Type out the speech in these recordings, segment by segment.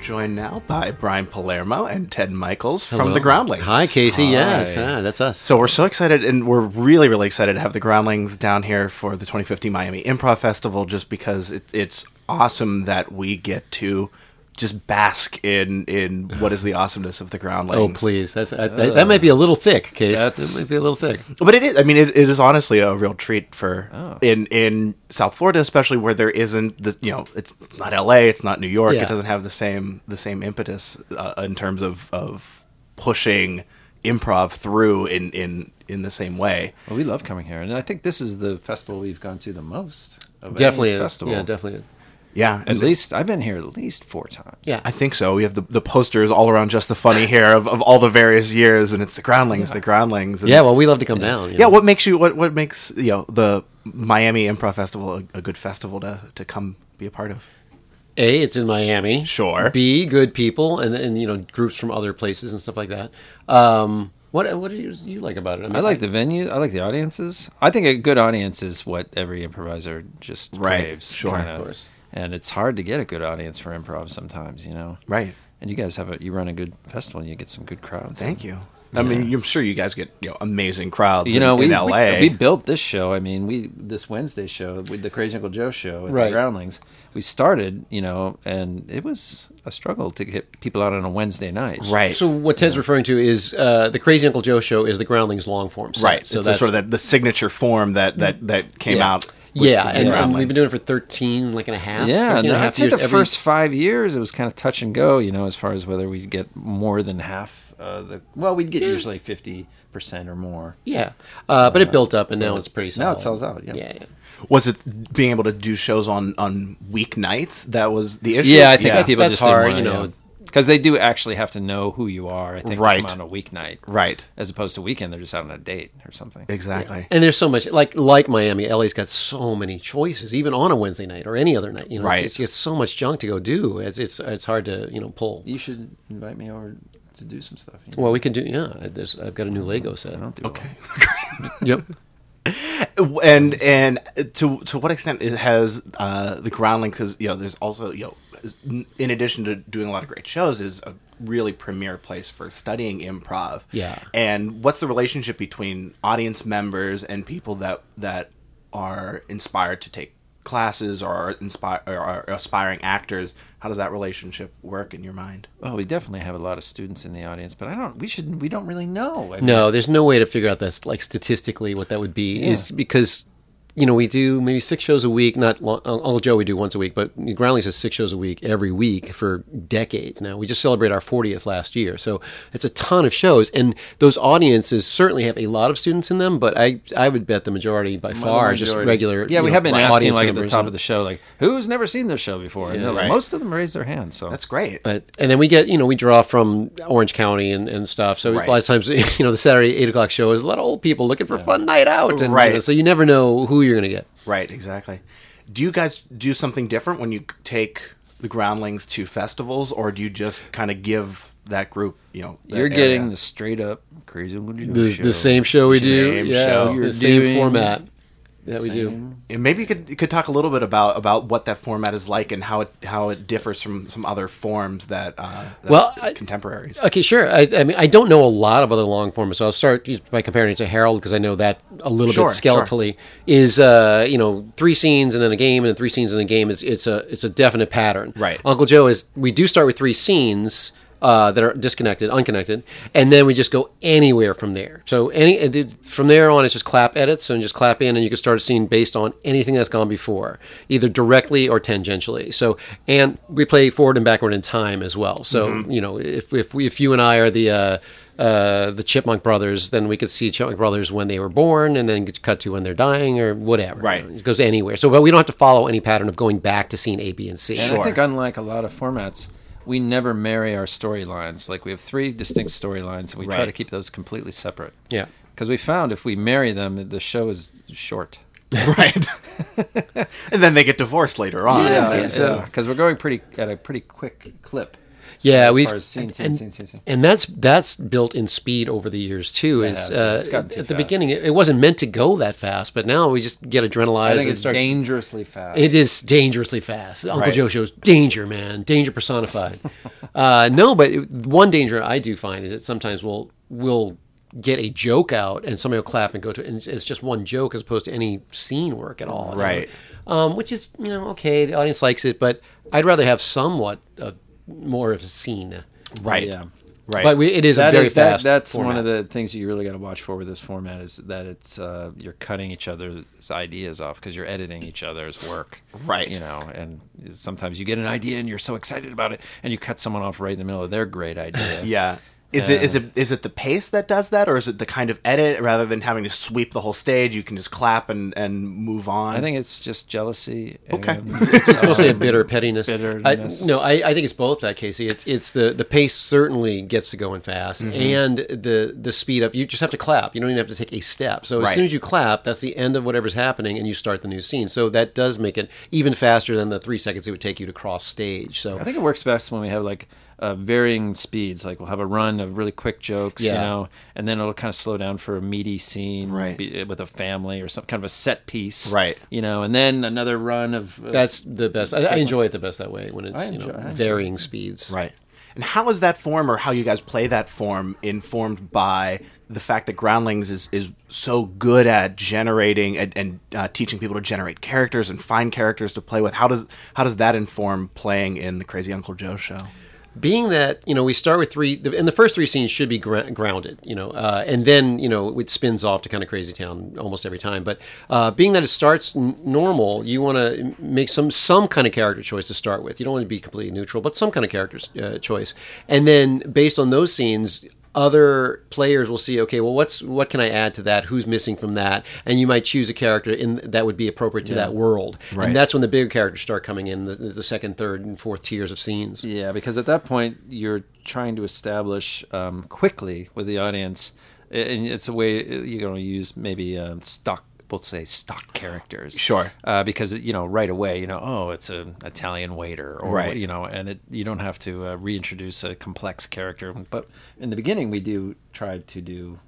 joined now by Brian Palermo and Ted Michaels from the Groundlings. Hi, Casey. Yes, Hi. ah, that's us. So we're so excited, and we're really, really excited to have the Groundlings down here for the 2015 Miami Improv Festival, just because it, it's awesome that we get to just bask in in what is the awesomeness of the oh, Groundlings. please. That's I, that, that might be a little thick, Casey. Uh, That's- That might be a little thick. But it is. I mean, it, it is honestly a real treat for in in South Florida, especially where there isn't this. You know, it's not L.A., it's not New York. Yeah. It doesn't have the same the same impetus uh, in terms of of pushing improv through in in in the same way. Well, we love coming here, and I think this is the festival we've gone to the most. Of any Definitely is. festival. Yeah, definitely. Is. Yeah, At and least I've been here at least four times. Yeah. I think so. We have the, the posters all around just the funny hair of, of all the various years, and it's the groundlings, the groundlings. And, Yeah, well, we love to come down. you yeah. know. What makes you what what makes you know the Miami Improv Festival a, a good festival to to come be a part of? A, it's in Miami. Sure. B, good people and, and you know groups from other places and stuff like that. Um, what what do you, you like about it? mean, I like the venue. I like the audiences. I think a good audience is what every improviser just Right. craves. Sure. kinda. Of course. And it's hard to get a good audience for improv sometimes, you know. Right. And you guys have a you run a good festival and you get some good crowds. Thank you. I mean, I'm sure you guys get you know amazing crowds. You know, in, we, in we- LA. we built this show. I mean, we this Wednesday show with the Crazy Uncle Joe show at Right. the Groundlings. We started, you know, and it was a struggle to get people out on a Wednesday night. right. So what Ted's referring to is uh, the Crazy Uncle Joe show is the Groundlings long form. set. right. So it's the that's sort of that the signature form that that that came Yeah. out. with- yeah, with and, the and we've Groundlings. been doing it for 13, like and a half. Yeah, 13 and no, a half I'd say years. the Every- first five years it was kind of touch and go, you know, as far as whether we'd get more than half. Uh, the well, we'd get usually fifty percent or more. Yeah, uh, but it built up, and now it's pretty. Solid. Now it sells out, yeah. yeah, yeah. Was it being able to do shows on on weeknights that was the issue? Yeah, I think That's- people that's just didn't hard, wanna, you know. because they do actually have to know who you are. I think to Right. come on a weeknight, Right. as opposed to weekend, they're just out on a date or something. Exactly. And there's so much like like Miami, LA's got so many choices, even on a Wednesday night or any other night. You know, Right. it's, it's so much junk to go do. It's it's it's hard to you know pull. You should invite me over to do some stuff. you know. Well, we can do yeah. I- There's, I've got a new Lego set. I don't do okay. Yep. and and to to what extent it has uh, the groundling because you know there's also you know in addition to doing a lot of great shows is a really premier place for studying improv Yeah. and what's the relationship between audience members and people that that are inspired to take classes or are inspire or are aspiring actors how does that relationship work in your mind Well, we definitely have a lot of students in the audience, but I don't. We should. We don't really know. I mean, No, there's no way to figure out that's like statistically what that would be is because you know we do maybe six shows a week. Not long, Uncle Joe we do once a week, but Groundlings is six shows a week every week for decades now. We just celebrate our 40th last year, so it's a ton of shows, and those audiences certainly have a lot of students in them. But I I would bet the majority by far are just Majority. regular. Yeah, you we know, have been right, asking audience like at the members top and- of the show, like who's never seen this show before. And they're like- right. Most of them raised their hands. So that's great But and then we get you know we draw from Orange County and, and stuff. So it's a lot of times you know the Saturday eight o'clock show is a lot of old people looking for a fun night out. And, you Right. know, so you never know who you're gonna get. Right, exactly. Do you guys do something different when you take the groundlings to festivals, or do you just kind of give that group, you know, that you're getting area? the straight up crazy Uncle Joe The, show. the same show we do. Same yeah, show. it's You're the same doing format that we do. Same. And maybe you could you could talk a little bit about about what that format is like and how it how it differs from some other forms that, uh, that Well, I- contemporaries. Okay, sure. I, I mean, I don't know a lot of other long forms, so I'll start by comparing it to Harold because I know that a little Sure, sure. bit skeletally is, uh, you know, three scenes and then a game, and then three scenes and a game is it's a it's a definite pattern. Right. Uncle Joe is we do start with three scenes. Uh, that are disconnected, unconnected, and then we just go anywhere from there. So any and it- from there on, it's just clap edits and just clap in, and you can start a scene based on anything that's gone before, either directly or tangentially. So and we play forward and backward in time as well. So you know if if we, if you and I are the uh, uh, the Chipmunk Brothers, then we could see Chipmunk Brothers when they were born, and then get cut to when they're dying or whatever. Right. it goes anywhere. So but we don't have to follow any pattern of going back to scene A, B, and C. And I think unlike a lot of formats, we never marry our storylines. Like we have three distinct storylines, and we try Right. to keep those completely separate. Yeah. Because we found if we marry them, the show is short. right. and then they get divorced later on. Yeah, So- yeah, Because we're going pretty at a pretty quick clip. Yeah, as we've far as scene, and, scene, and- scene, scene, scene. and that's that's built in speed over the years too. Is has. uh, It's gotten at too the fast. beginning it, it wasn't meant to go that fast, but now we just get adrenalized. I think and it's start- dangerously fast. It is dangerously fast. Uncle Right. Joe shows danger, man, danger personified. uh, no, but it, one danger I do find is that sometimes we'll we'll get a joke out and somebody will clap and go to, and it's, it's just one joke as opposed to any scene work at all. you know? Right. Um, which is you know okay, the audience likes it, but I'd rather have somewhat of more of a scene. Right. Yeah. Right. But we, it is That a very is- that- fast. that's one format. of the things you really got to watch for with this format is that it's uh, you're cutting each other's ideas off because you're editing each other's work, Right. You know, and sometimes you get an idea and you're so excited about it, and you cut someone off right in the middle of their great idea. yeah. Is it is it is it the pace that does that, or is it the kind of edit rather than having to sweep the whole stage? You can just clap and and move on. I think it's just jealousy. Okay. it's mostly a bitter pettiness. bitterness. I, no, I, I think it's both that, Casey. It's it's the the pace certainly gets to going fast, Mm-hmm. and the the speed up. You just have to clap. You don't even have to take a step. So as Right. soon as you clap, that's the end of whatever's happening, and you start the new scene. So that does make it even faster than the three seconds it would take you to cross stage. So I think it works best when we have like uh, varying speeds. Like we'll have a run of really quick jokes, you Yeah. know, and then it'll kind of slow down for a meaty scene, Right. be- with a family or some kind of a set piece, Right. You know, and then another run of uh, that's the best. I, I enjoy it the best that way when it's I you know enjoy- I enjoy varying speeds. Right. And how is that form, or how you guys play that form, informed by the fact that Groundlings is, is so good at generating and, and uh, teaching people to generate characters and find characters to play with? How does how does that inform playing in the Crazy Uncle Joe show? being that you know we start with three the- and the first three scenes should be gr- grounded you know uh, and then you know it spins off to kind of crazy town almost every time but uh, being that it starts n- normal you want to make some some kind of character choice to start with you don't want to be completely neutral but some kind of character uh, choice and then based on those scenes other players will see okay well what's what can i add to that who's missing from that and you might choose a character in that would be appropriate to that world Right. and that's when the bigger characters start coming in the, the second third and fourth tiers of scenes Yeah, because at that point you're trying to establish um, quickly with the audience, and it's a way you're going to use maybe um, stock. We'll say stock characters, Sure. uh, because you know right away you know oh it's an Italian waiter, or Right. you know, and it, you don't have to uh, reintroduce a complex character. But in the beginning, we do try to do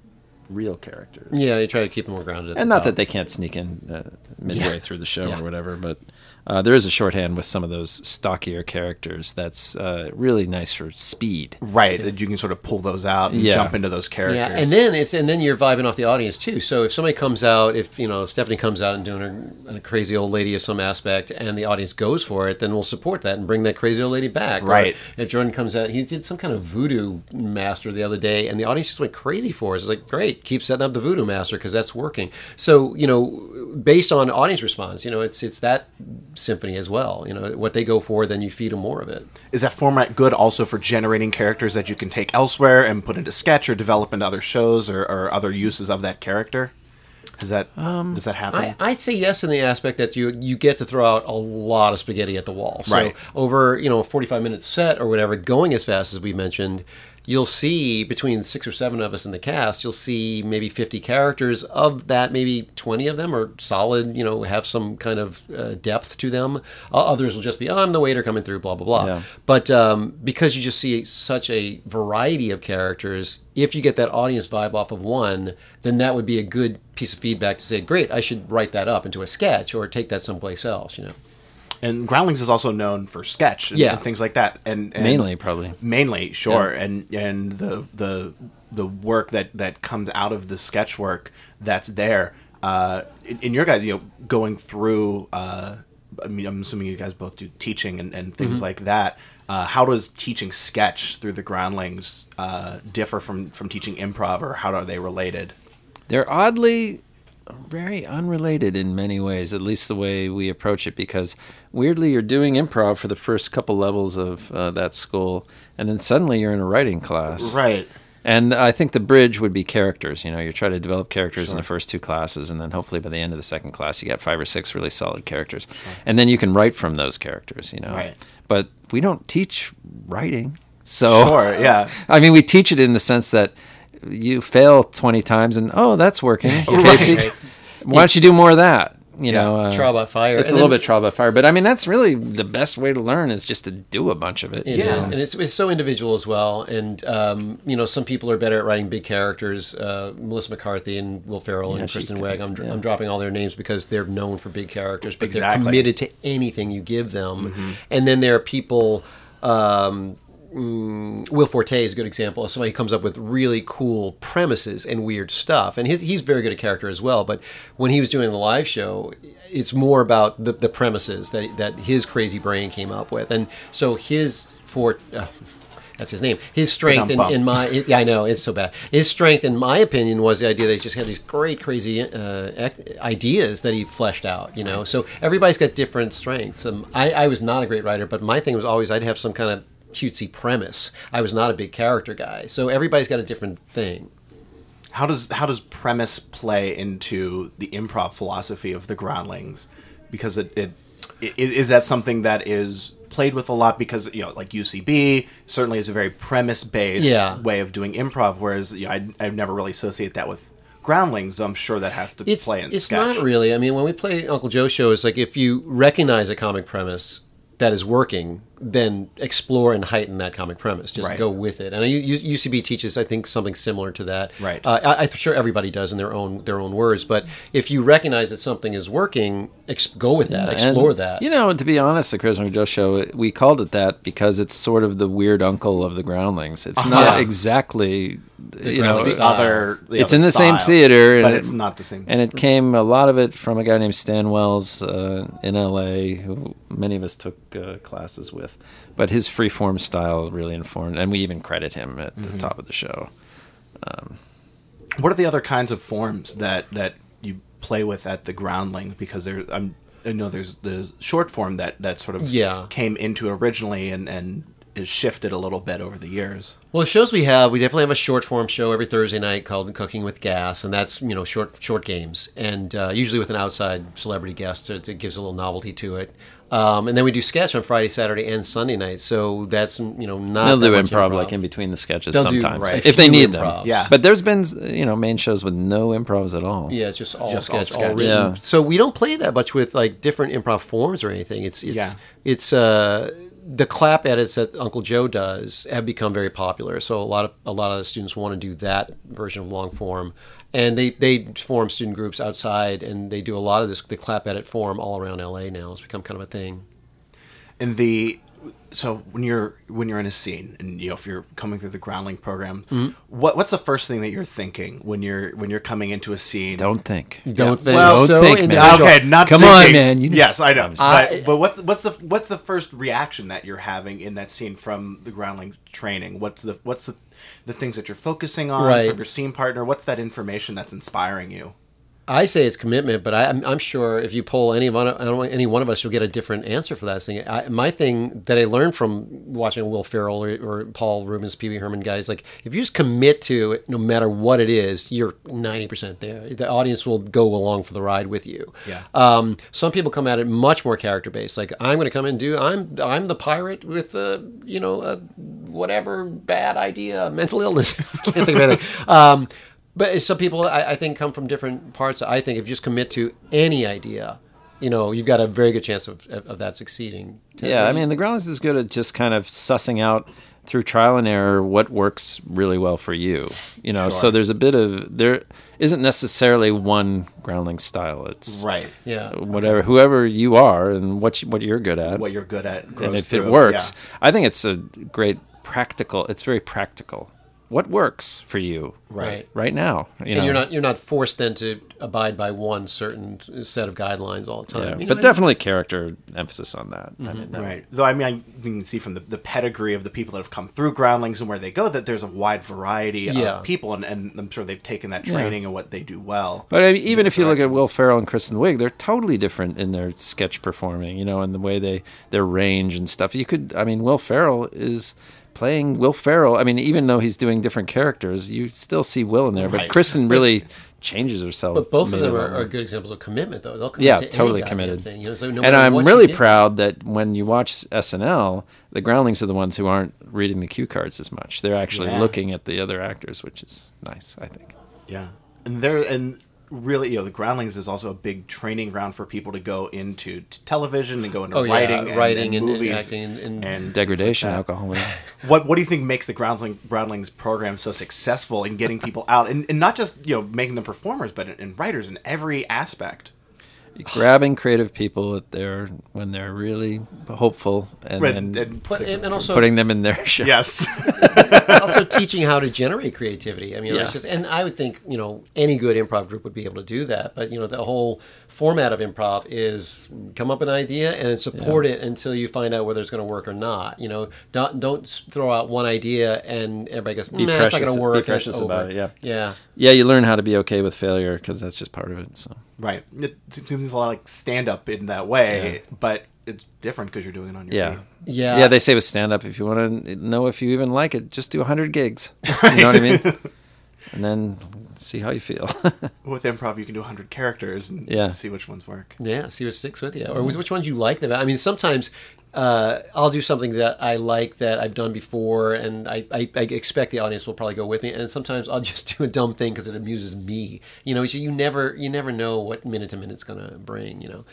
real characters, Yeah, you try to keep them more grounded. at and the not top. that they can't sneak in uh, midway through the show Um, Yeah. or whatever, but uh, there is a shorthand with some of those stockier characters that's uh, really nice for speed. Right, that you can sort of pull those out and Yeah. jump into those characters. Yeah, and then it's and then you're vibing off the audience too. So if somebody comes out, if you know Stephanie comes out and doing her a crazy old lady of some aspect, and the audience goes for it, then we'll support that and bring that crazy old lady back. Or Right. if Jordan comes out, he did some kind of voodoo master the other day, and the audience just went crazy for us. It's like great, keep setting up the voodoo master because that's working. So you know, based on audience response, you know it's it's that symphony as well. You know what they go for, then you feed them more of it. Is that format good also for generating characters that you can take elsewhere and put into sketch or develop into other shows or, or other uses of that character? Is that does that happen? Um, I, I'd say yes in the aspect that you you get to throw out a lot of spaghetti at the wall. So Right. over you know a forty five minute set or whatever, going as fast as we mentioned, you'll see between six or seven of us in the cast, you'll see maybe fifty characters. Of that, maybe twenty of them are solid. You know, have some kind of uh, depth to them. Uh, others will just be, oh, I'm the waiter coming through, blah blah blah. Yeah. But um, because you just see such a variety of characters, if you get that audience vibe off of one, then that would be a good piece of feedback to say, great, I should write that up into a sketch or take that someplace else, you know. and Groundlings is also known for sketch and, Yeah. and things like that. And, and Mainly, probably. mainly, sure. And and the the the work that that comes out of the sketch work that's there. Uh, in, in your guys, you know, going through. Uh, I mean, I'm assuming you guys both do teaching and, and Mm-hmm. things like that. Uh, how does teaching sketch through the Groundlings uh, differ from from teaching improv, or how are they related? They're oddly very unrelated in many ways, at least the way we approach it, because weirdly, you're doing improv for the first couple levels of uh, that school, and then suddenly you're in a writing class. Right. And I think the bridge would be characters. You know, you try to develop characters in the first two classes, and then hopefully by the end of the second class, you got five or six really solid characters, and then you can write from those characters. You know, Right. but we don't teach writing, so Sure. Yeah. I mean, we teach it in the sense that you fail 20 times and, oh, that's working. Okay, Right. see, why don't you do more of that? you Yeah. know, uh, Trial by fire. It's And a little then- bit trial by fire, but I mean that's really the best way to learn is just to do a bunch of it. It you is, know? and it's, it's so individual as well. And um, you know, some people are better at writing big characters. Uh, Melissa McCarthy and Will Ferrell Yeah, and she Kristen could- Wiig. I'm, dr yeah. I'm dropping all their names because they're known for big characters, but Exactly. they're committed to anything you give them. Mm-hmm. And then there are people. Um, mm, Will Forte is a good example of somebody who comes up with really cool premises and weird stuff. And his, he's very good at character as well. But when he was doing the live show, it's more about the, the premises that, that his crazy brain came up with. And so his for uh, that's his name. His strength in, Ba-dum-bum. in my yeah, I know it's so bad. His strength, in my opinion, was the idea that he just had these great crazy uh, ec- ideas that he fleshed out. You know, so everybody's got different strengths. Um, I, I was not a great writer, but my thing was always I'd have some kind of cutesy premise. I was not a big character guy, so everybody's got a different thing. How does how does premise play into the improv philosophy of the Groundlings? Because it, it, i- is that something that is played with a lot because you know like UCB certainly is a very premise based Yeah. way of doing improv, whereas you know I I never really associate that with Groundlings. Though I'm sure that has to it's, play in It's sketch. not really. I mean, when we play Uncle Joe show, it's like if you recognize a comic premise that is working, then explore and heighten that comic premise. Just Right. go with it. And I- U- U- UCB teaches, I think, something similar to that. Right. Uh, I, I'm sure everybody does in their own their own words. But if you recognize that something is working, ex- go with that. And, explore that. You know, to be honest, the Christopher Joe show we called it that because it's sort of the weird uncle of the Groundlings. It's Uh-huh. not exactly Ah, you know Groundlings the style. other. the it's other in the same style, theater, but and it's it- not the same. And it came a lot of it from a guy named Stan Wells uh, in LA, who many of us took uh, classes with. But his freeform style really informed, and we even credit him at Mm-hmm. the top of the show. What are the other kinds of forms that that you play with at the groundling? Because there, I'm, I know there's the short form that that sort of Yeah. came into originally and and is shifted a little bit over the years. Well, the shows we have, we definitely have a short form show every Thursday night called Cooking with Gas, and that's you know short short games, and uh, usually with an outside celebrity guest that that gives a little novelty to it. Um, and then we do sketch on Friday, Saturday, and Sunday night. So that's you know not They'll that do much improv, like in between the sketches They'll do, sometimes, right, a if they few need improvs. them. Yeah. But there's been you know main shows with no improvs at all. Yeah, it's just all Just all sketch, all, sketch. written. Yeah. So we don't play that much with like different improv forms or anything. It's it's Yeah. it's uh the clap edits that Uncle Joe does have become very popular. So a lot of a lot of students want to do that version of long form. And they, they form student groups outside and they do a lot of this the clap edit form all around LA now. It's become kind of a thing. And the so when you're when you're in a scene and you know if you're coming through the groundling program, what what's the first thing that you're thinking when you're when you're coming into a scene? Don't think. Don't think Well, so think, man. individual. Okay, not Come thinking. on, man, you know- yes, I know. I- but, but what's what's the what's the first reaction that you're having in that scene from the groundling training? What's the what's the the things that you're focusing on Right. from your scene partner? What's that information that's inspiring you? I say it's commitment, but I, I'm, I'm sure if you poll any one, of- I don't know, any one of us, you'll get a different answer for that thing. I, my thing that I learned from watching Will Ferrell or, or Paul Rubens, Pee Wee Herman guys, like if you just commit to it, no matter what it is, you're 90% there. The audience will go along for the ride with you. Yeah. Uh, Um, some people come at it much more character based. Like I'm going to come and do I'm I'm the pirate with a you know a whatever bad idea, mental illness. Can't think of anything. Um, but some people I, I think come from different parts. I think if you just commit to any idea, you know, you've got a very good chance of of, of that succeeding. Yeah, I mean, the Groundlings is good at just kind of sussing out through trial and error what works really well for you. You know, so Sure. there's a bit of there isn't necessarily one Groundling style. It's Right. yeah. whatever whoever you are and what you, what you're good at, What you're good at. grows and if through. it works, Yeah. I think it's a great practical. It's very practical. What works for you Right. right now? You And know? you're not you're not forced then to abide by one certain set of guidelines all the time. Yeah, You know, but and- definitely character emphasis on that. Mm-hmm. I mean, that- Right. Though I mean, I you can see from the, the pedigree of the people that have come through Groundlings and where they go that there's a wide variety Yeah. of people, and, and I'm sure they've taken that training and what they do well. But I mean, even if you look at Will Ferrell and Kristen Wiig, they're totally different in their sketch performing, you know, and the way they their range and stuff. You could, I mean, Will Ferrell is playing Will Ferrell. I mean, even though he's doing different characters, you still see Will in there. But Right. Kristen really changes herself. But both of made them are, it are all- good examples of commitment, though. They'll commit Yeah, to any totally goddamn committed. Thing, you know, so no and matter I'm what you really do- proud that when you watch SNL, the Groundlings are the ones who aren't reading the cue cards as much. They're actually Yeah. looking at the other actors, which is nice, I think. Yeah, and there and really, you know, the Groundlings is also a big training ground for people to go into t- television and go into Oh, yeah, writing, and, and writing and- and movies acting and- and- Degradation, alcoholism. What What do you think makes the Groundling, Groundlings program so successful in getting people out, and, and not just you know making them performers, but in, in writers in every aspect? grabbing creative people at their when they're really hopeful and Right, then and- But and, and also putting them in their show. Yes, also teaching how to generate creativity. I mean, it's Yeah. just, and I would think you know any good improv group would be able to do that. But you know, the whole format of improv is come up with an idea and then support it until you find out whether it's going to work or not. You know, don't don't s- throw out one idea and everybody goes, nah, it's not precious- going be to work. and it's precious about over." it, yeah. yeah. Yeah, you learn how to be okay with failure because that's just part of it. So right. It seems a lot like stand up in that way, but it's different because you're doing it on your yeah. feet. Yeah. Yeah, they say with stand up, if you want to know if you even like it, just do 100 gigs. You know what I mean? and then see how you feel. With improv, you can do 100 characters and Yeah. see which ones work. Yeah, see what sticks with you, or Mm-hmm. which which ones you like the best. I mean, sometimes uh, I'll do something that I like that I've done before, and I, I, I expect the audience will probably go with me. And sometimes I'll just do a dumb thing because it amuses me. You know, so you never you never know what minute to minute's gonna bring. You know.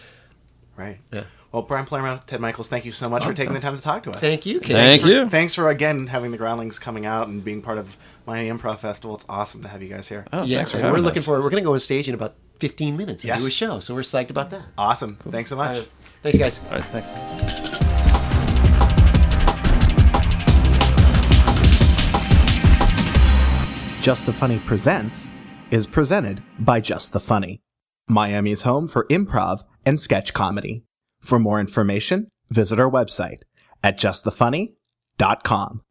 Right. Yeah. Well, Brian Palermo, Ted Michaels, thank you so much Oh, for taking the time to talk to us. Thank you, Ken. Thank for- you. Thanks for again having the Groundlings coming out and being part of Miami Improv Festival. It's awesome to have you guys here. Oh, Yeah, thanks for and having we're looking us. forward. We're gonna go on stage in about fifteen minutes and Yes. do a show, so we're psyched about that. Awesome. Thanks so much. Uh, thanks, guys. All right, thanks. Just the Funny Presents is presented by Just the Funny, Miami's home for improv and sketch comedy. For more information, visit our website at justthefunny.com.